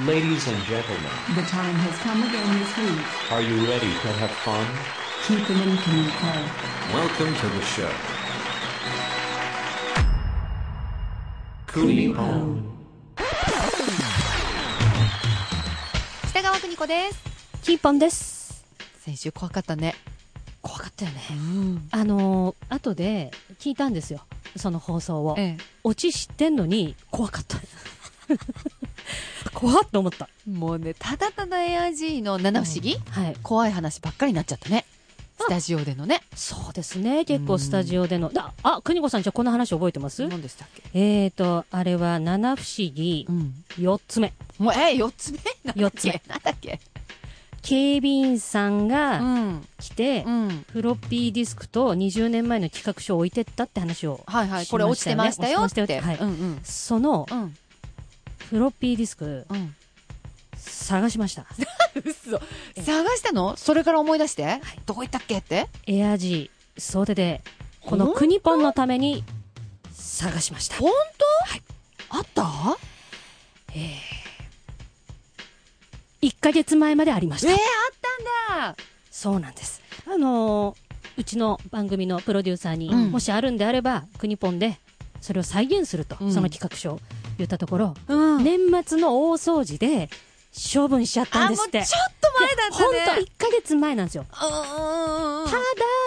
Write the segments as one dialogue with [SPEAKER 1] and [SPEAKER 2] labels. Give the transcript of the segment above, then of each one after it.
[SPEAKER 1] Ladies and gentlemen,
[SPEAKER 2] The time has come again this week.
[SPEAKER 1] are you ready to have fun?
[SPEAKER 2] Keep them in Kimiko.
[SPEAKER 3] Welcome to the show.
[SPEAKER 1] Cooney home.
[SPEAKER 4] 北川邦子です
[SPEAKER 5] キーポンです。
[SPEAKER 4] 先週怖かったね怖かったよね
[SPEAKER 5] あのー、後で聞いたんですよ。その放送を。
[SPEAKER 4] え
[SPEAKER 5] オチ知ってんのに怖かった。怖っと思った。
[SPEAKER 4] えもうねただただエアジーの七不思議、
[SPEAKER 5] はい。
[SPEAKER 4] 怖い話ばっかりになっちゃったねスタジオでのね
[SPEAKER 5] そうですね。結構スタジオでの。だあ、邦子さんじゃあこの話覚えてます、
[SPEAKER 4] 何でしたっけ
[SPEAKER 5] えーと、あれは七不思議
[SPEAKER 4] ん
[SPEAKER 5] 四つ目。
[SPEAKER 4] もうえ四4つ目
[SPEAKER 5] 四つ目
[SPEAKER 4] なんだっけ
[SPEAKER 5] 警備員さん
[SPEAKER 4] う
[SPEAKER 5] が
[SPEAKER 4] ん
[SPEAKER 5] 来て、
[SPEAKER 4] うん
[SPEAKER 5] フロッピーディスクと20年前の企画書を置いてったって話を。
[SPEAKER 4] はいはいこれ落ちてましたよって
[SPEAKER 5] 落ちてましたよって
[SPEAKER 4] う
[SPEAKER 5] はい。
[SPEAKER 4] んうん
[SPEAKER 5] その
[SPEAKER 4] うん
[SPEAKER 5] フロッピーディスク
[SPEAKER 4] うん
[SPEAKER 5] 探しました。
[SPEAKER 4] 嘘探したのそれから思い出して、どこ行ったっけって
[SPEAKER 5] エアジー総出で、この国ポンのために探しました。
[SPEAKER 4] 本当、はい、あった
[SPEAKER 5] 1ヶ月前までありまし
[SPEAKER 4] ええ
[SPEAKER 5] た。
[SPEAKER 4] あったんだ
[SPEAKER 5] そうなんです。あのーうちの番組のプロデューサーに、
[SPEAKER 4] うん
[SPEAKER 5] もしあるんであれば、国ポンで、それを再現すると、
[SPEAKER 4] うん
[SPEAKER 5] その企画書を言ったところ、
[SPEAKER 4] うん
[SPEAKER 5] 年末の大掃除で、処分しちゃった
[SPEAKER 4] あ
[SPEAKER 5] んで
[SPEAKER 4] もうちょ
[SPEAKER 5] す
[SPEAKER 4] っ
[SPEAKER 5] っ
[SPEAKER 4] と
[SPEAKER 5] て。
[SPEAKER 4] 前だったね
[SPEAKER 5] 本当1ヶ月前なんですよ。
[SPEAKER 4] うんうんうんうん
[SPEAKER 5] た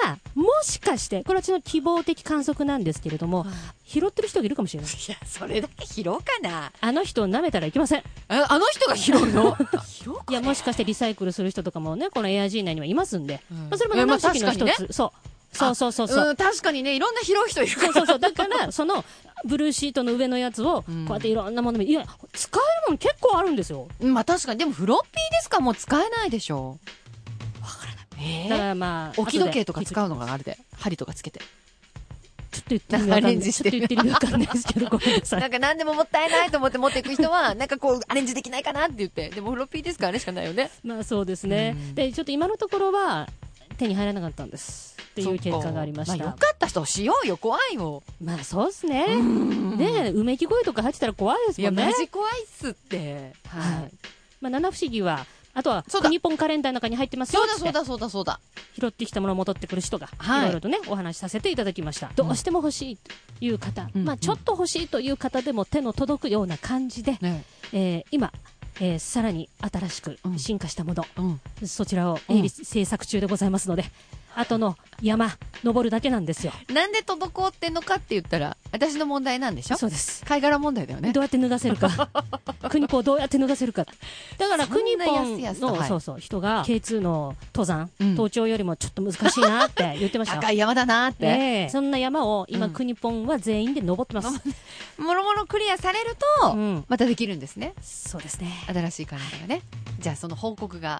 [SPEAKER 5] だ、もしかして、これは私の希望的観測なんですけれども、拾ってる人がいるかもしれない。
[SPEAKER 4] いや、それだけ拾うかな。
[SPEAKER 5] あの人を舐めたらいけません。
[SPEAKER 4] ああの人が拾うの拾うか
[SPEAKER 5] いや、もしかしてリサイクルする人とかもね、このエアジー内にはいますんで、
[SPEAKER 4] うん
[SPEAKER 5] まあ、それも
[SPEAKER 4] いやまあ
[SPEAKER 5] 七不思議の一
[SPEAKER 4] 確か
[SPEAKER 5] つ、そう。そうそうそうそう。
[SPEAKER 4] ん、確かにね、いろんな拾う人いるか
[SPEAKER 5] そうそうそう。だから、 その、ブルーシートの上のやつを、こ
[SPEAKER 4] うん
[SPEAKER 5] うやっていろんなもの見、いや、使えるもの結構あるんですよ。
[SPEAKER 4] ら。まあ確かに、でもフロッピーですからもう使えないでしょ。わからない。え
[SPEAKER 5] だからまあ、
[SPEAKER 4] 置き時計とか
[SPEAKER 5] 後で
[SPEAKER 4] 使うのがあれで、針とかつけて。
[SPEAKER 5] ちょっと言ってみようかん
[SPEAKER 4] ア
[SPEAKER 5] な
[SPEAKER 4] レンジ
[SPEAKER 5] い。
[SPEAKER 4] し
[SPEAKER 5] ちょ
[SPEAKER 4] て
[SPEAKER 5] っと言ってみようかんないですけど、ごめんなさい。
[SPEAKER 4] んか何でももったいないと思って持っていく人は、 なんかこう、アレンジできないかなって言って。でもフロッピーですからあれしかないよね。
[SPEAKER 5] ま あそうです
[SPEAKER 4] う
[SPEAKER 5] ね
[SPEAKER 4] ん。
[SPEAKER 5] で、ちょっと今のところは、手に入らなかったんです。っていう結果がありまし
[SPEAKER 4] そっかあ
[SPEAKER 5] た
[SPEAKER 4] よ。かった人しようよ、怖いも
[SPEAKER 5] まあそうですね。
[SPEAKER 4] ん。
[SPEAKER 5] ねえ、うめき声とか入ってたら怖いです
[SPEAKER 4] い
[SPEAKER 5] も
[SPEAKER 4] や、
[SPEAKER 5] んね。
[SPEAKER 4] マジ怖いっすって。
[SPEAKER 5] は
[SPEAKER 4] はいい。。
[SPEAKER 5] まあ、七不思議は、あとは
[SPEAKER 4] そう、だ
[SPEAKER 5] 国本カレンダーの中に入ってますよ
[SPEAKER 4] そう
[SPEAKER 5] っ
[SPEAKER 4] だ
[SPEAKER 5] て
[SPEAKER 4] そうだそうだそうだ。
[SPEAKER 5] 拾ってきたものを戻ってくる人が、
[SPEAKER 4] はい
[SPEAKER 5] いろいろとね、お話しさせていただきました。どうしても欲しいという方、
[SPEAKER 4] うん
[SPEAKER 5] まあ、ちょっと欲しいという方でも手の届くような感じで、
[SPEAKER 4] ね。
[SPEAKER 5] えー今、えーさらに新しく
[SPEAKER 4] うん
[SPEAKER 5] 進化したもの、
[SPEAKER 4] うん。
[SPEAKER 5] そちらを
[SPEAKER 4] うん
[SPEAKER 5] 鋭利制作中でございますので、後の山、登るだけなんですよ。
[SPEAKER 4] なんで滞ってんのかって言ったら、私の問題なんでしょ
[SPEAKER 5] そうです。
[SPEAKER 4] 貝殻問題だよね
[SPEAKER 5] ど。うやって脱がせ るか。国ポをどうやって脱がせるか。だから
[SPEAKER 4] そん
[SPEAKER 5] 国
[SPEAKER 4] な
[SPEAKER 5] ポ
[SPEAKER 4] 安
[SPEAKER 5] ン
[SPEAKER 4] いやつと
[SPEAKER 5] の、
[SPEAKER 4] はい
[SPEAKER 5] そうそう、人が K2 の登山、
[SPEAKER 4] うん
[SPEAKER 5] 登頂よりもちょっと難しいなって言っ てましたよ
[SPEAKER 4] 高。い山だなーって。
[SPEAKER 5] ええそんな山を今、
[SPEAKER 4] うん
[SPEAKER 5] 国ポンは全員で登ってます。
[SPEAKER 4] もろもろクリアされると、
[SPEAKER 5] うん
[SPEAKER 4] またできるんですね。
[SPEAKER 5] そうですね。
[SPEAKER 4] 新しいカレンダーがね。じゃあその報告が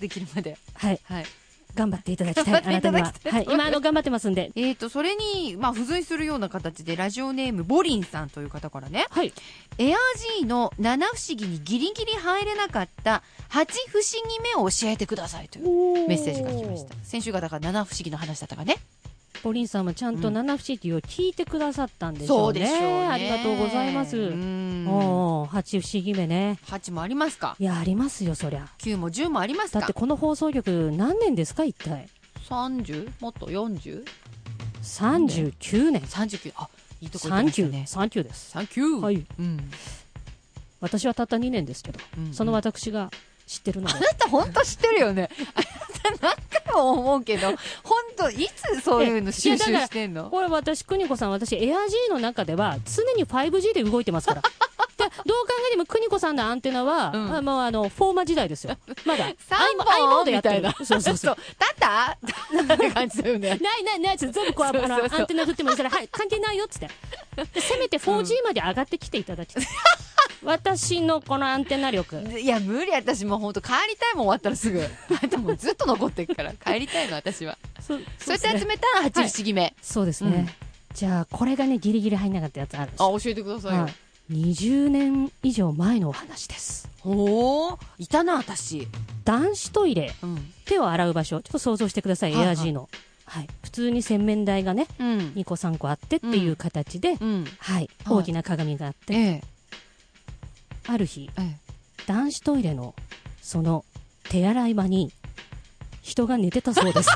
[SPEAKER 4] できるまで。
[SPEAKER 5] はい。
[SPEAKER 4] はい。
[SPEAKER 5] 頑張っていただきたい。
[SPEAKER 4] 頑張
[SPEAKER 5] あ
[SPEAKER 4] ってい
[SPEAKER 5] な
[SPEAKER 4] た
[SPEAKER 5] たに
[SPEAKER 4] だ
[SPEAKER 5] は
[SPEAKER 4] きた。 い
[SPEAKER 5] はい。今、あの、頑張ってますんで。
[SPEAKER 4] えーと、それに、まあ、付随するような形で、ラジオネーム、ボリンさんという方からね、
[SPEAKER 5] はい。
[SPEAKER 4] エアジーの七不思議にギリギリ入れなかった、八不思議目を教えてくださいというメ
[SPEAKER 5] メ
[SPEAKER 4] ッセージが来ました。。先週がだから七不思議の話だったかね。
[SPEAKER 5] ポリンさんもちゃん
[SPEAKER 4] う
[SPEAKER 5] と
[SPEAKER 4] ん
[SPEAKER 5] 七不思議を聞いてくださったんでしょ
[SPEAKER 4] そうう
[SPEAKER 5] ね。
[SPEAKER 4] でしょうね。
[SPEAKER 5] ありがとうございます。
[SPEAKER 4] うん。
[SPEAKER 5] おー八不思議目ね。
[SPEAKER 4] 八もありますか
[SPEAKER 5] いや、ありますよ、そりゃ。
[SPEAKER 4] 九も十もあります
[SPEAKER 5] だっ
[SPEAKER 4] か
[SPEAKER 5] てこの放送局何年ですか一体
[SPEAKER 4] 三十もっと四十
[SPEAKER 5] 39年
[SPEAKER 4] 三十九あいいとこ行ってました
[SPEAKER 5] 30
[SPEAKER 4] ね。
[SPEAKER 5] 三9です
[SPEAKER 4] 三九
[SPEAKER 5] は。い
[SPEAKER 4] うん。
[SPEAKER 5] 私はたった2年ですけど、
[SPEAKER 4] うん
[SPEAKER 5] その私が知ってるので
[SPEAKER 4] あなた本当知ってるよね。あなた何回も思うけど、本当いつ そういうの収集してんの
[SPEAKER 5] これ私邦子さん私エア G の中では常に 5G で動い てますからでどう考えても邦子さんのアンテナは、
[SPEAKER 4] うん
[SPEAKER 5] あもうあのフォーマ時代ですよまだ
[SPEAKER 4] 三本
[SPEAKER 5] i モード
[SPEAKER 4] み
[SPEAKER 5] やって
[SPEAKER 4] たい
[SPEAKER 5] る
[SPEAKER 4] な。
[SPEAKER 5] そうそうそう
[SPEAKER 4] う。だったみたいな感じだよね。
[SPEAKER 5] ないないないっつって全部こうあの
[SPEAKER 4] そうそうそう
[SPEAKER 5] アンテナ振ってもいいからはい関係ないよっつってでせめて 4G まで上がってきていた だきたい、私のこのアンテナ力
[SPEAKER 4] いや、無理。私もう本当帰りたいもん終わったらすぐ。あんたもうずっと残ってるから、帰りたいの、私は。
[SPEAKER 5] そう
[SPEAKER 4] そうやって集めたら八不思議目。
[SPEAKER 5] そうです
[SPEAKER 4] うん
[SPEAKER 5] ね。じゃあ、これがね、ギリギリ入んなかったやつあるんです
[SPEAKER 4] あ、
[SPEAKER 5] よ。
[SPEAKER 4] 教えてくださいよ。
[SPEAKER 5] はい。20年以上前のお話です。
[SPEAKER 4] ほーいたな、私。
[SPEAKER 5] 男子トイレ、
[SPEAKER 4] うん。
[SPEAKER 5] 手を洗う場所、ちょっと想像してください、
[SPEAKER 4] はい
[SPEAKER 5] エ
[SPEAKER 4] はい
[SPEAKER 5] アジーの。はい。普通に洗面台がね、
[SPEAKER 4] うん。
[SPEAKER 5] 2個3個あってっていう形で、
[SPEAKER 4] うん。
[SPEAKER 5] はい。
[SPEAKER 4] はい
[SPEAKER 5] 大きな鏡があって、
[SPEAKER 4] ええ。
[SPEAKER 5] ある日、
[SPEAKER 4] ええ。
[SPEAKER 5] 男子トイレの、その、手洗い場に、人が寝てたそうです。
[SPEAKER 4] 嘘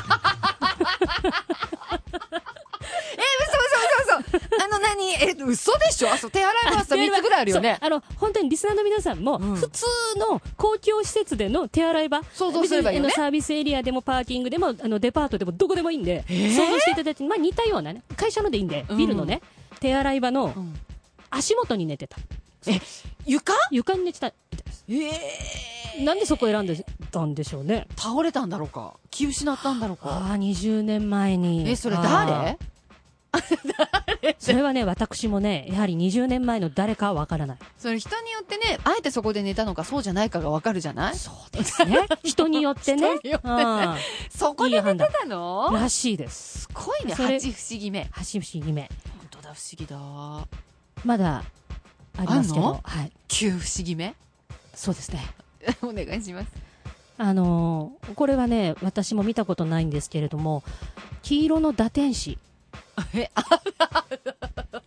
[SPEAKER 4] 嘘嘘嘘。 あの何え、嘘でし ょあ、そう、手洗いバスタ3つぐらいあるよね
[SPEAKER 5] そ。うあの、本当にリスナーの皆さんも、
[SPEAKER 4] うん
[SPEAKER 5] 普通の公共施設での手洗い場、
[SPEAKER 4] 想像すればいいよね
[SPEAKER 5] 別にあのサービスエリアでもパーキングでも、あのデパートでもどこでもいいんで、想像していただいて、まあ似たようなね、会社のでいいんで、
[SPEAKER 4] うん
[SPEAKER 5] ビルのね、手洗い場の
[SPEAKER 4] ん
[SPEAKER 5] 足元に寝てた。
[SPEAKER 4] 床
[SPEAKER 5] 床に寝てた。
[SPEAKER 4] ええ
[SPEAKER 5] なんでそこ選んでたんでしょうね。
[SPEAKER 4] 倒れたんだろうか気失ったんだろうか
[SPEAKER 5] ああ、20年前に。
[SPEAKER 4] え、それ
[SPEAKER 5] あ
[SPEAKER 4] 誰
[SPEAKER 5] ーそれはね、私もね、やはり20年前の誰かはわからない。
[SPEAKER 4] それ人によってね、あえてそこで寝たのかそうじゃないかがわかるじゃない
[SPEAKER 5] そうです ね。人によってね。
[SPEAKER 4] 人によってね
[SPEAKER 5] あ
[SPEAKER 4] そこで寝てたの
[SPEAKER 5] ーらしいです。
[SPEAKER 4] すごいね、
[SPEAKER 5] それ
[SPEAKER 4] 八不思議目。
[SPEAKER 5] 橋伏姫
[SPEAKER 4] 本当だ、不思議だ。
[SPEAKER 5] まだありますけ
[SPEAKER 4] あん
[SPEAKER 5] ど
[SPEAKER 4] の、
[SPEAKER 5] はい、
[SPEAKER 4] 九不思議目
[SPEAKER 5] そうですね。
[SPEAKER 4] お願いします。
[SPEAKER 5] あのーこれはね、私も見たことないんですけれども、黄色の堕天使
[SPEAKER 4] え、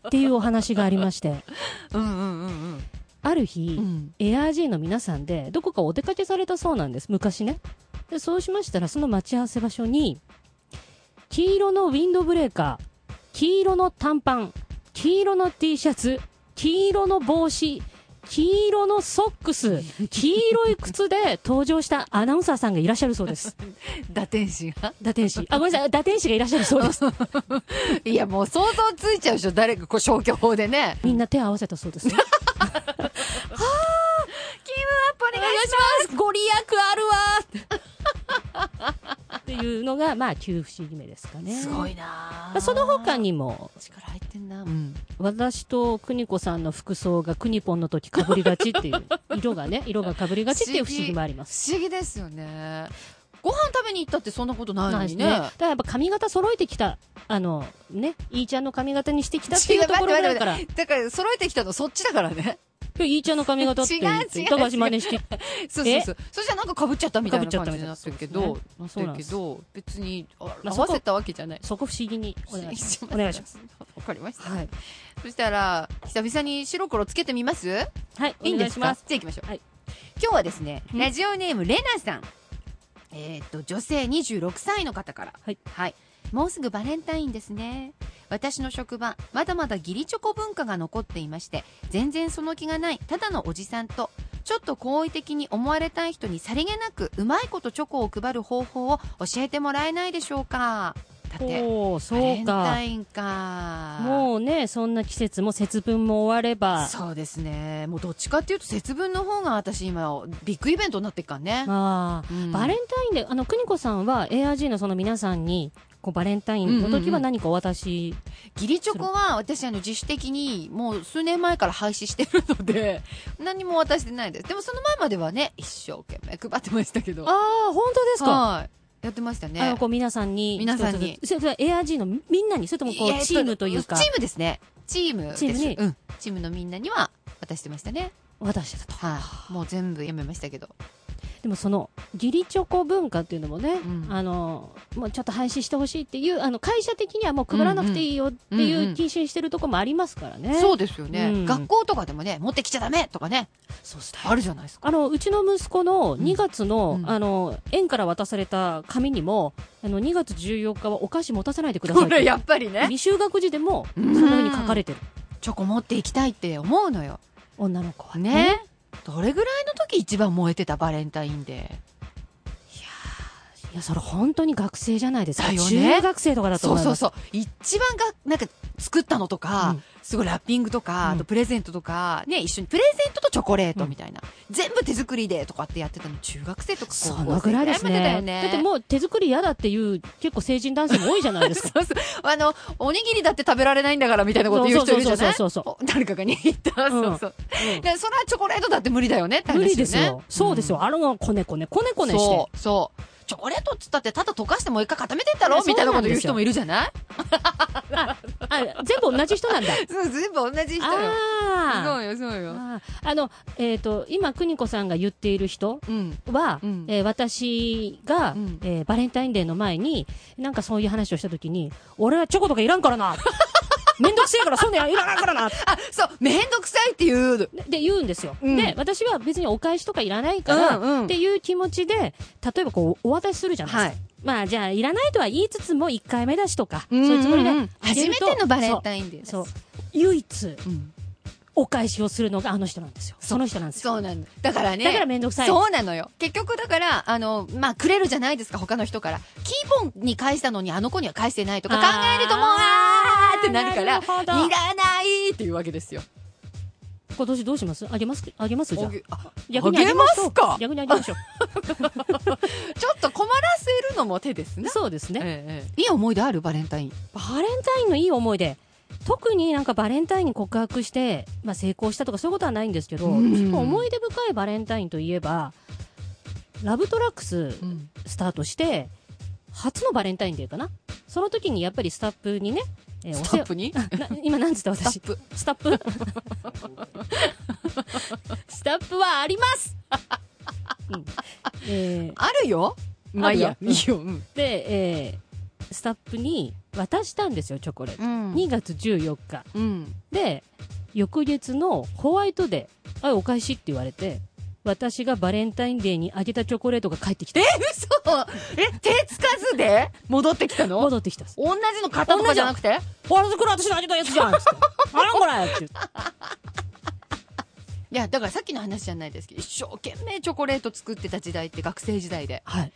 [SPEAKER 5] っていうお話がありまして、
[SPEAKER 4] うんうんうん
[SPEAKER 5] ある日、
[SPEAKER 4] うん。うん。
[SPEAKER 5] エアージーの皆さんでどこかお出かけされたそうなんです、昔ね。でそうしましたら、その待ち合わせ場所に、黄色のウィンドブレーカー、黄色の短パン、黄色の T シャツ、黄色の帽子、黄色のソックス、黄色い靴で登場したアナウンサーさんがいらっしゃるそうです。
[SPEAKER 4] 打天使が
[SPEAKER 5] 打天使。あ、ごめんなさい、打天使がいらっしゃるそ うです。
[SPEAKER 4] いや、もう想像ついちゃうでしょ、誰か、こう消去法でね。
[SPEAKER 5] みんな手を合わせたそうです。
[SPEAKER 4] キムアップお願いし
[SPEAKER 5] ご利益あるわっていうのが、まあ、旧不思議目ですかね。
[SPEAKER 4] ます。すごいな
[SPEAKER 5] まあその他にも、
[SPEAKER 4] 力入ってんな。うん。
[SPEAKER 5] 私と邦子さんの服装が邦ポンの時被りがちっていう、色 がね、色が被りがちっていう不思議もあります。
[SPEAKER 4] 不思議ですよね。ご飯食べに行ったってそんなことないの
[SPEAKER 5] ない
[SPEAKER 4] に
[SPEAKER 5] ね。
[SPEAKER 4] ね。
[SPEAKER 5] だからやっぱ髪型揃えてきた、あの、ね、イーちゃんの髪型にしてきたってい
[SPEAKER 4] 違
[SPEAKER 5] うところ
[SPEAKER 4] 待
[SPEAKER 5] だ
[SPEAKER 4] って
[SPEAKER 5] から、
[SPEAKER 4] 待
[SPEAKER 5] い
[SPEAKER 4] ってだから揃えてきたのそっちだから ね。
[SPEAKER 5] やイーちゃんの髪型って言って、
[SPEAKER 4] 違う違う違う
[SPEAKER 5] 板橋真似して、
[SPEAKER 4] そうそうそう。そしたらなんか被っちゃったみたいな感じになってるけど、
[SPEAKER 5] 被
[SPEAKER 4] な
[SPEAKER 5] っ
[SPEAKER 4] っ
[SPEAKER 5] ちゃ
[SPEAKER 4] てる
[SPEAKER 5] ったみたい
[SPEAKER 4] け
[SPEAKER 5] なそ
[SPEAKER 4] ど、別にあ
[SPEAKER 5] まあ
[SPEAKER 4] 合
[SPEAKER 5] そこ
[SPEAKER 4] わせたわけじゃない。
[SPEAKER 5] そこ不思議にお願いします。お願いします。
[SPEAKER 4] す。 わかりました。
[SPEAKER 5] はい。
[SPEAKER 4] そしたら、久々に白黒つけてみます
[SPEAKER 5] はい、
[SPEAKER 4] いいん
[SPEAKER 5] お願
[SPEAKER 4] で
[SPEAKER 5] い
[SPEAKER 4] す
[SPEAKER 5] し
[SPEAKER 4] か
[SPEAKER 5] ます。
[SPEAKER 4] じゃあ行きましょう。
[SPEAKER 5] はい
[SPEAKER 4] 今日はですね、
[SPEAKER 5] うん
[SPEAKER 4] ラジオネーム、レナさん。えーっと、女性26歳の方から。
[SPEAKER 5] はい。
[SPEAKER 4] もうすぐバレンタインですね。私の職場、まだまだ義理チョコ文化が残っていまして、全然その気がない、ただのおじさんと、ちょっと好意的に思われたい人にさりげなく、うまいことチョコを配る方法を教えてもらえないでしょうか。だって、
[SPEAKER 5] おー、
[SPEAKER 4] バレ
[SPEAKER 5] そう
[SPEAKER 4] ンタ
[SPEAKER 5] か。
[SPEAKER 4] インか。
[SPEAKER 5] もうね、そんな季節も節分も終われば、
[SPEAKER 4] そうですね。もうどっちかっていうと節分の方が私今ビッグイベントになってっからね。
[SPEAKER 5] ああ、
[SPEAKER 4] うん
[SPEAKER 5] バレンタインで、あの、邦子さんは ARG のその皆さんに、こう、バレンタインの時は何かお渡し、
[SPEAKER 4] ギリチョコは私あの自主的にもう数年前から廃止してるので、何も渡してないです。でもその前まではね、一生懸命配ってましたけど。
[SPEAKER 5] ああ、本当ですか、
[SPEAKER 4] はい。やってましたね。
[SPEAKER 5] あの、こう、皆さんに、
[SPEAKER 4] 皆さんに
[SPEAKER 5] 一つずつそれそれは ARG のみんなに、それともこ
[SPEAKER 4] いや
[SPEAKER 5] う、チームというか
[SPEAKER 4] チ、ームですね。チームです。
[SPEAKER 5] チームに
[SPEAKER 4] うん。チームのみんなには渡してましたね。
[SPEAKER 5] 渡してたと。
[SPEAKER 4] はい。もう全部やめましたけど。
[SPEAKER 5] でもその、義理チョコ文化っていうのもね、
[SPEAKER 4] ん
[SPEAKER 5] あの、もうちょっと廃止してほしいっていう、あの、会社的にはもう配らなくていいよって
[SPEAKER 4] うん
[SPEAKER 5] いううん禁止してるとこもありますからね。
[SPEAKER 4] そうですよね、
[SPEAKER 5] うん
[SPEAKER 4] 学校とかでもね、持ってきちゃダメとかね、
[SPEAKER 5] そうした
[SPEAKER 4] あるじゃないですか。
[SPEAKER 5] あの、うちの息子の2月の、
[SPEAKER 4] うん
[SPEAKER 5] あの、園から渡された紙にも、あの、2月14日はお菓子持たせないでくださいって。
[SPEAKER 4] っぱりね。
[SPEAKER 5] 未就学児でも、そのように書かれてる。
[SPEAKER 4] チョコ持っていきたいって思うのよ。
[SPEAKER 5] 女の子はね。
[SPEAKER 4] ね。どれぐらいの時一番燃えてたバレンタインで。
[SPEAKER 5] いや、それ本当に学生じゃないですか。
[SPEAKER 4] だよね
[SPEAKER 5] 中学生とかだと
[SPEAKER 4] そう
[SPEAKER 5] 思い
[SPEAKER 4] そ
[SPEAKER 5] ま
[SPEAKER 4] う
[SPEAKER 5] す。
[SPEAKER 4] そう。一番が、なんか作ったのとか、
[SPEAKER 5] うん
[SPEAKER 4] すごいラッピングとか、
[SPEAKER 5] うん
[SPEAKER 4] あとプレゼントとか、ね、一緒にプレゼントとチョコレートみたいな。全部手作りでとかってやってたの中学生とか
[SPEAKER 5] そのぐらいです
[SPEAKER 4] 高
[SPEAKER 5] ね。
[SPEAKER 4] 校生ぐらいまでだ
[SPEAKER 5] だ
[SPEAKER 4] よね。
[SPEAKER 5] ってもう手作り嫌だっていう結構成人男性も多いじゃない ですか。
[SPEAKER 4] そうそう。あの、おにぎりだって食べられないんだからみたいなこと言う人いるじゃない
[SPEAKER 5] そうそうそうそう
[SPEAKER 4] お誰かが握った。
[SPEAKER 5] うん
[SPEAKER 4] そうそう。だからそれはチョコレートだって無理だよねって話
[SPEAKER 5] 無
[SPEAKER 4] よね。
[SPEAKER 5] 理ですよ。そうですよ。あの、こねこね、こねこねして
[SPEAKER 4] そ。うそうチョコレートっつったってただ溶かしてもう一回固めてったろみたいなこと言う人もいるじゃない
[SPEAKER 5] あ、全部同じ人なんだ。
[SPEAKER 4] そう全部同じ人よ
[SPEAKER 5] ああ。
[SPEAKER 4] そうよそうよ
[SPEAKER 5] あーあの、えっ、と、今、邦子さんが言っている人
[SPEAKER 4] うん
[SPEAKER 5] は、
[SPEAKER 4] うん
[SPEAKER 5] えー私が、
[SPEAKER 4] うん
[SPEAKER 5] えー バレンタインデーの前に、なんかそういう話をしたときに、俺はチョコとかいらんからなっめんどくせえから、そうね、いらないからな。
[SPEAKER 4] あ、そう、めんどくさいって言う。
[SPEAKER 5] でで言うんですよ、
[SPEAKER 4] うん
[SPEAKER 5] で、私は別にお返しとかいらないから、
[SPEAKER 4] うんうん
[SPEAKER 5] っていう気持ちで、例えばこう、お渡しするじゃないですか。
[SPEAKER 4] はい
[SPEAKER 5] まあ、じゃあ、いらないとは言いつつも、1回目だしとか、
[SPEAKER 4] うんうん
[SPEAKER 5] そういうつもりで
[SPEAKER 4] うん
[SPEAKER 5] あげ
[SPEAKER 4] 初
[SPEAKER 5] る
[SPEAKER 4] め
[SPEAKER 5] と、
[SPEAKER 4] てのバレンタインデーです。
[SPEAKER 5] そう。そう唯一、
[SPEAKER 4] うん
[SPEAKER 5] お返しをするのがあの人なんですよ。その人なんですよ。
[SPEAKER 4] そうなの。だからね。
[SPEAKER 5] だからめんどくさい
[SPEAKER 4] そうなのよ。結局だから、あの、まあ、くれるじゃないですか、他の人から。キーポンに返したのにあの子には返してないとか考えるともう、あ
[SPEAKER 5] あー
[SPEAKER 4] ーってなるから、
[SPEAKER 5] なるほど
[SPEAKER 4] いらないっていうわけですよ。
[SPEAKER 5] 今年どうしますあげますあげますじゃ
[SPEAKER 4] お
[SPEAKER 5] あ
[SPEAKER 4] げあ
[SPEAKER 5] 逆に
[SPEAKER 4] あ
[SPEAKER 5] あ
[SPEAKER 4] げ
[SPEAKER 5] げ
[SPEAKER 4] ま
[SPEAKER 5] ましょ
[SPEAKER 4] す
[SPEAKER 5] う
[SPEAKER 4] か
[SPEAKER 5] 逆にあげましょ
[SPEAKER 4] ちょっと困らせるのも手です
[SPEAKER 5] う。
[SPEAKER 4] ね。
[SPEAKER 5] そうですね。
[SPEAKER 4] ええいい思い出あるバレンタイン。
[SPEAKER 5] バレンタインのいい思い出。特になんかバレンタインに告白して、まあ、成功したとかそういうことはないんですけど、
[SPEAKER 4] うん
[SPEAKER 5] ちょっと思い出深いバレンタインといえば、ラブトラックススタートして、初のバレンタインデーかなその時にやっぱりスタッフにね、えー
[SPEAKER 4] スタッ
[SPEAKER 5] お
[SPEAKER 4] フに
[SPEAKER 5] 世話な今なんつった
[SPEAKER 4] スタ
[SPEAKER 5] 私
[SPEAKER 4] ッ。フ。
[SPEAKER 5] スタップスタップはあり ます、うんえー
[SPEAKER 4] あるよ。まあいいや
[SPEAKER 5] あ。る
[SPEAKER 4] い
[SPEAKER 5] よ
[SPEAKER 4] いよ。うん。
[SPEAKER 5] で、えースタッフに渡したんですよ、チョコレート。2月14日。
[SPEAKER 4] うん。
[SPEAKER 5] で、翌月のホワイトデー、あ、お返しって言われて、私がバレンタインデーにあげたチョコレートが帰ってき
[SPEAKER 4] え
[SPEAKER 5] て、、
[SPEAKER 4] 嘘え、手つかずで戻ってきたの
[SPEAKER 5] 戻ってきたんです。
[SPEAKER 4] 同じの型とかじゃなくて
[SPEAKER 5] あれ、これ私のあげたやつじゃんっつって。あらこれって言って
[SPEAKER 4] いや、だからさっきの話じゃないですけど、一生懸命チョコレート作ってた時代って学生時代で。
[SPEAKER 5] はい。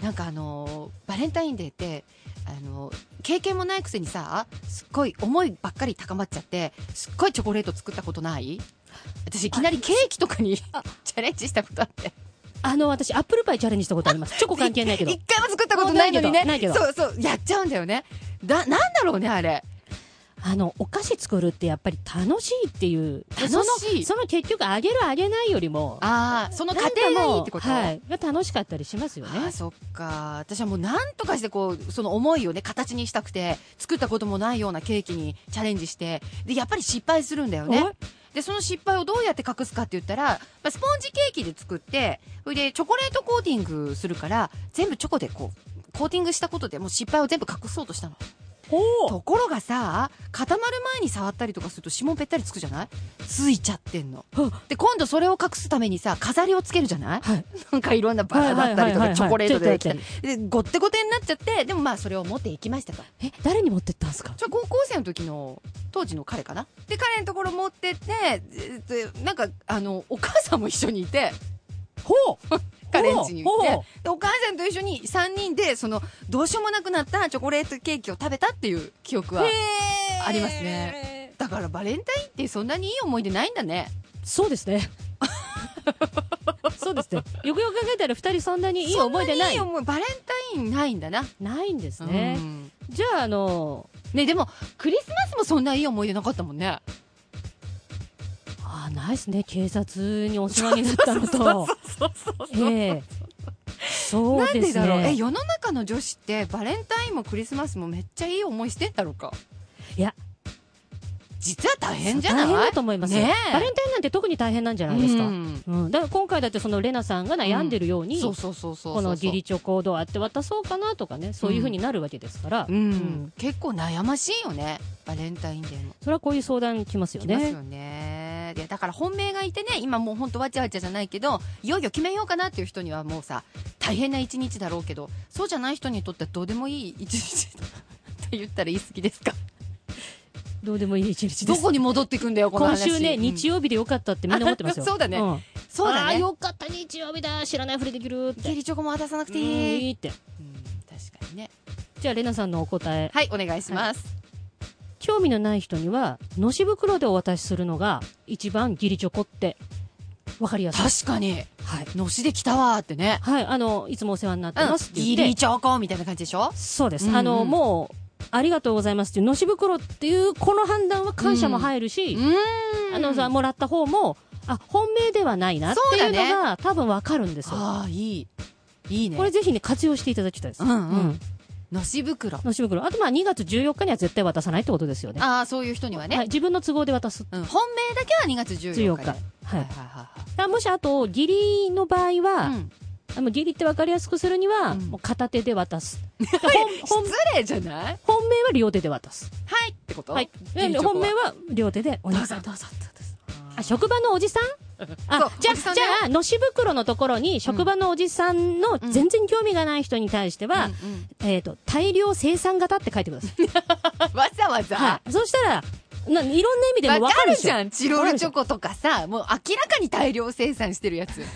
[SPEAKER 4] なんかあのーバレンタインデーって、あのー経験もないくせにさ、すっごい思いばっかり高まっちゃって、すっごいチョコレート作ったことない私いきなりケーキとかに チャレンジしたことあって。
[SPEAKER 5] あの、私、アップルパイチャレンジしたことあります。チョコ関係ないけど
[SPEAKER 4] 一。回も作ったことないのにね。
[SPEAKER 5] ないけど
[SPEAKER 4] そうそう、やっちゃうんだよね。だ、なんだろうね、あれ。
[SPEAKER 5] あの、お菓子作るってやっぱり楽しいっていう。
[SPEAKER 4] 楽しい
[SPEAKER 5] その、その結局あげるあげないよりも。
[SPEAKER 4] ああ、その過
[SPEAKER 5] なん
[SPEAKER 4] 程
[SPEAKER 5] かもう
[SPEAKER 4] がいいってこと
[SPEAKER 5] はい。が楽しかったりしますよね。
[SPEAKER 4] ああそっか私はもうなんとかしてこうその思いをね形にしたくて作ったこともないようなケーキにチャレンジしてでやっぱり失敗するんだよね
[SPEAKER 5] おい
[SPEAKER 4] でその失敗をどうやって隠すかって言ったら、まあ、スポンジケーキで作ってそれでチョコレートコーティングするから全部チョコでこうコーティングしたことでもう失敗を全部隠そうとしたのところがさ固まる前に触ったりとかすると指紋ぺったりつくじゃないついちゃってんの
[SPEAKER 5] は
[SPEAKER 4] で今度それを隠すためにさ飾りをつけるじゃない
[SPEAKER 5] はい。
[SPEAKER 4] なんかいろんなバラだったりと
[SPEAKER 5] はいはいはいは
[SPEAKER 4] か
[SPEAKER 5] い
[SPEAKER 4] チョコレートででき
[SPEAKER 5] ちょ
[SPEAKER 4] た
[SPEAKER 5] っと
[SPEAKER 4] でごってごてになっちゃってでもまあそれを持っていきましたと
[SPEAKER 5] え、誰に持ってったんですか
[SPEAKER 4] ちょ高校生の時の当時の彼かなで彼のところ持ってってででなんかあのお母さんも一緒にいて
[SPEAKER 5] ほう
[SPEAKER 4] 彼ん家にいて
[SPEAKER 5] ほうほ
[SPEAKER 4] でお母さんと一緒に3人でそのどうしようもなくなったチョコレートケーキを食べたっていう記憶はありますねだからバレンタインってそんなにいい思い出ないんだね
[SPEAKER 5] そうですね。 そうですね。よくよく考えたら二人そんなにいい思い出
[SPEAKER 4] そん
[SPEAKER 5] な
[SPEAKER 4] にい
[SPEAKER 5] い
[SPEAKER 4] い。思いバレンタインないんだな
[SPEAKER 5] ないんですね
[SPEAKER 4] う。ん
[SPEAKER 5] じゃあ、あの、
[SPEAKER 4] ねでもクリスマスもそんないい思い出なかったもんね
[SPEAKER 5] あーないですね。警察にお世話になったのと。ええそう
[SPEAKER 4] な
[SPEAKER 5] で
[SPEAKER 4] んですだろうえ
[SPEAKER 5] ね。
[SPEAKER 4] 世の中の女子ってバレンタインもクリスマスもめっちゃいい思いしてんだろうか
[SPEAKER 5] いや、
[SPEAKER 4] 実は大変じゃない
[SPEAKER 5] 大変だと思いますよ
[SPEAKER 4] ねえ
[SPEAKER 5] バレンタインなんて特に大変なんじゃないですか。
[SPEAKER 4] う
[SPEAKER 5] うん
[SPEAKER 4] ん
[SPEAKER 5] だから今回だってそのレナさんが悩んでるように、
[SPEAKER 4] そうそうそうそうそう
[SPEAKER 5] この義理チョコをどうやって渡そうかなとかね、そういうふうになるわけですから、
[SPEAKER 4] う
[SPEAKER 5] うんん
[SPEAKER 4] 結構悩ましいよねバレンタインデーも
[SPEAKER 5] それはこういう相談来ますよ
[SPEAKER 4] きます
[SPEAKER 5] ね。
[SPEAKER 4] よねいやだから本命がいてね今もうほんとわちゃわちゃじゃないけどいよいよ決めようかなっていう人にはもうさ大変な一日だろうけどそうじゃない人にとってはどうでもいい一日って言ったら言い過ぎですか
[SPEAKER 5] どうでもいい一日で
[SPEAKER 4] ど
[SPEAKER 5] す。
[SPEAKER 4] こに戻っていくんだよこの
[SPEAKER 5] 今
[SPEAKER 4] 話
[SPEAKER 5] 週ね、
[SPEAKER 4] うん
[SPEAKER 5] 日曜日でよかったってみんな思ってますよ。
[SPEAKER 4] あそうだね
[SPEAKER 5] ん
[SPEAKER 4] そう
[SPEAKER 5] あ
[SPEAKER 4] だ
[SPEAKER 5] ー
[SPEAKER 4] ね
[SPEAKER 5] よかった、日曜日だ、知らないふりできるって。
[SPEAKER 4] 義理チョコも渡さなくて
[SPEAKER 5] うん
[SPEAKER 4] いい
[SPEAKER 5] いいって。
[SPEAKER 4] うん確かにね
[SPEAKER 5] じゃあ、レナさんのお答え。
[SPEAKER 4] はいお願いします、
[SPEAKER 5] 興味のない人には、のし袋でお渡しするのが、一番義理チョコって、わかりやすい。
[SPEAKER 4] 確かに
[SPEAKER 5] はい。
[SPEAKER 4] のしできたわーってね
[SPEAKER 5] はい、あの、いつもお世話になって
[SPEAKER 4] うん
[SPEAKER 5] ますって言
[SPEAKER 4] ギ
[SPEAKER 5] って。
[SPEAKER 4] リチョコみたいな感じでしょ
[SPEAKER 5] そうです。
[SPEAKER 4] うんうん
[SPEAKER 5] あの、もう、ありがとうございますっていう、のし袋っていう、この判断は感謝も入るし、
[SPEAKER 4] ー
[SPEAKER 5] あのさ、もらった方も、あ、本命ではないなっていうの
[SPEAKER 4] そうだ
[SPEAKER 5] が、多分わかるんですよ。
[SPEAKER 4] ああいいいいね
[SPEAKER 5] これぜひね、活用していただきたいです。
[SPEAKER 4] うんうんのし袋
[SPEAKER 5] のし袋。あとまあ2月14日には絶対渡さないってことですよね。
[SPEAKER 4] ああそういう人にはね、
[SPEAKER 5] はい、自分の都合で渡す。
[SPEAKER 4] うん、本命だけは2月14
[SPEAKER 5] 14
[SPEAKER 4] 日
[SPEAKER 5] 日。
[SPEAKER 4] で
[SPEAKER 5] は
[SPEAKER 4] はい
[SPEAKER 5] い。
[SPEAKER 4] はいは
[SPEAKER 5] あもしあと、義理の場合
[SPEAKER 4] いはい、う
[SPEAKER 5] は、
[SPEAKER 4] ん、
[SPEAKER 5] あの義理って分かりやすくするには、
[SPEAKER 4] うん
[SPEAKER 5] もう片手で渡す。
[SPEAKER 4] 失礼じゃない
[SPEAKER 5] 本本命は両手で渡す。
[SPEAKER 4] はいってこと
[SPEAKER 5] はい。
[SPEAKER 4] ギリチョコ
[SPEAKER 5] 本命は両手で、お兄さんどうぞって渡す。あ、職場のおじさん
[SPEAKER 4] そう
[SPEAKER 5] あ、じゃ
[SPEAKER 4] おじさ
[SPEAKER 5] あ、
[SPEAKER 4] ん
[SPEAKER 5] じ
[SPEAKER 4] だ
[SPEAKER 5] ゃ
[SPEAKER 4] よ
[SPEAKER 5] あ、のし袋のところに、職場のおじさんの
[SPEAKER 4] うん
[SPEAKER 5] 全然興味がない人に対しては、
[SPEAKER 4] うんうん
[SPEAKER 5] えっ、と、大量生産型って書いてください。
[SPEAKER 4] わざわざ、
[SPEAKER 5] はい。そうしたら、ないろんな意味でも
[SPEAKER 4] わ
[SPEAKER 5] わ
[SPEAKER 4] か
[SPEAKER 5] かる
[SPEAKER 4] る
[SPEAKER 5] でし
[SPEAKER 4] じ
[SPEAKER 5] ょ
[SPEAKER 4] ゃん。チロルチョコとかさ、もう明らかに大量生産してる やつ。それ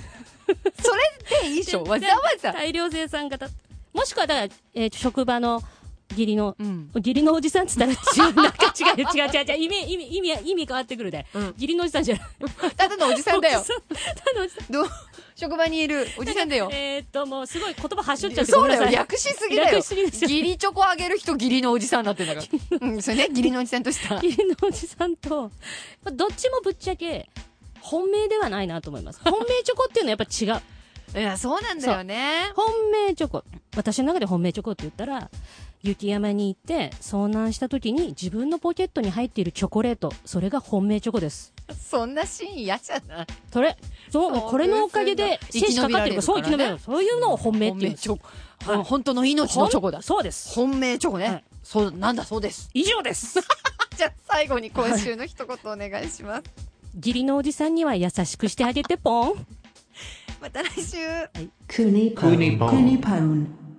[SPEAKER 4] でいいでしょわざわざ。
[SPEAKER 5] 大量生産型。もしくは、だから、えーと職場の義理の、
[SPEAKER 4] うん
[SPEAKER 5] 義理のおじさんって言ったら、違う、なんか違う、違う、違 う、違う、意味、意味、意味、意味変わってくるで。
[SPEAKER 4] うん
[SPEAKER 5] 義理のおじさんじゃない。
[SPEAKER 4] ただのおじさんだよ
[SPEAKER 5] おじ。さんただのおじさん。
[SPEAKER 4] どう 職場にいるおじさんだよ。
[SPEAKER 5] えーっと、もうすごい言葉はしょっちゃってご
[SPEAKER 4] そ
[SPEAKER 5] め
[SPEAKER 4] うんだよ。
[SPEAKER 5] なさい。
[SPEAKER 4] 略しすぎだよ
[SPEAKER 5] 略しすぎで。すよ
[SPEAKER 4] 義理チョコあげる人義理のおじさんになってんだ から。うん、それね、義理のおじさんとした。
[SPEAKER 5] 義理のおじさんと、まあどっちもぶっちゃけ、本命ではないなと思います。本命チョコっていうのはやっぱ違う。
[SPEAKER 4] いや、そうなんだよね。
[SPEAKER 5] 本命チョコ。私の中で本命チョコって言ったら、雪山に行って遭難した時に自分のポケットに入っているチョコレート、それが本命チョコです。
[SPEAKER 4] そんなシーン嫌じゃない
[SPEAKER 5] それ、そう、
[SPEAKER 4] そう
[SPEAKER 5] これのおかげで、
[SPEAKER 4] 生き
[SPEAKER 5] 生死
[SPEAKER 4] 延
[SPEAKER 5] か
[SPEAKER 4] び
[SPEAKER 5] からっ
[SPEAKER 4] れ
[SPEAKER 5] て
[SPEAKER 4] る
[SPEAKER 5] る
[SPEAKER 4] からね
[SPEAKER 5] から、そう生き延びられる。そういうのを本命って言うんですよ。
[SPEAKER 4] コ。うん本当の命のチョコだ
[SPEAKER 5] ほん。そうです。
[SPEAKER 4] 本命チョコね。
[SPEAKER 5] はい
[SPEAKER 4] そう、なんだそうです。
[SPEAKER 5] 以 上です。
[SPEAKER 4] じゃあ最後に今週の一言お願いします。
[SPEAKER 5] 義理のおじさんには優しくしてあげて、ポン。
[SPEAKER 4] また来週。
[SPEAKER 2] Kunipo.
[SPEAKER 1] Kunipon.
[SPEAKER 2] Kunipone.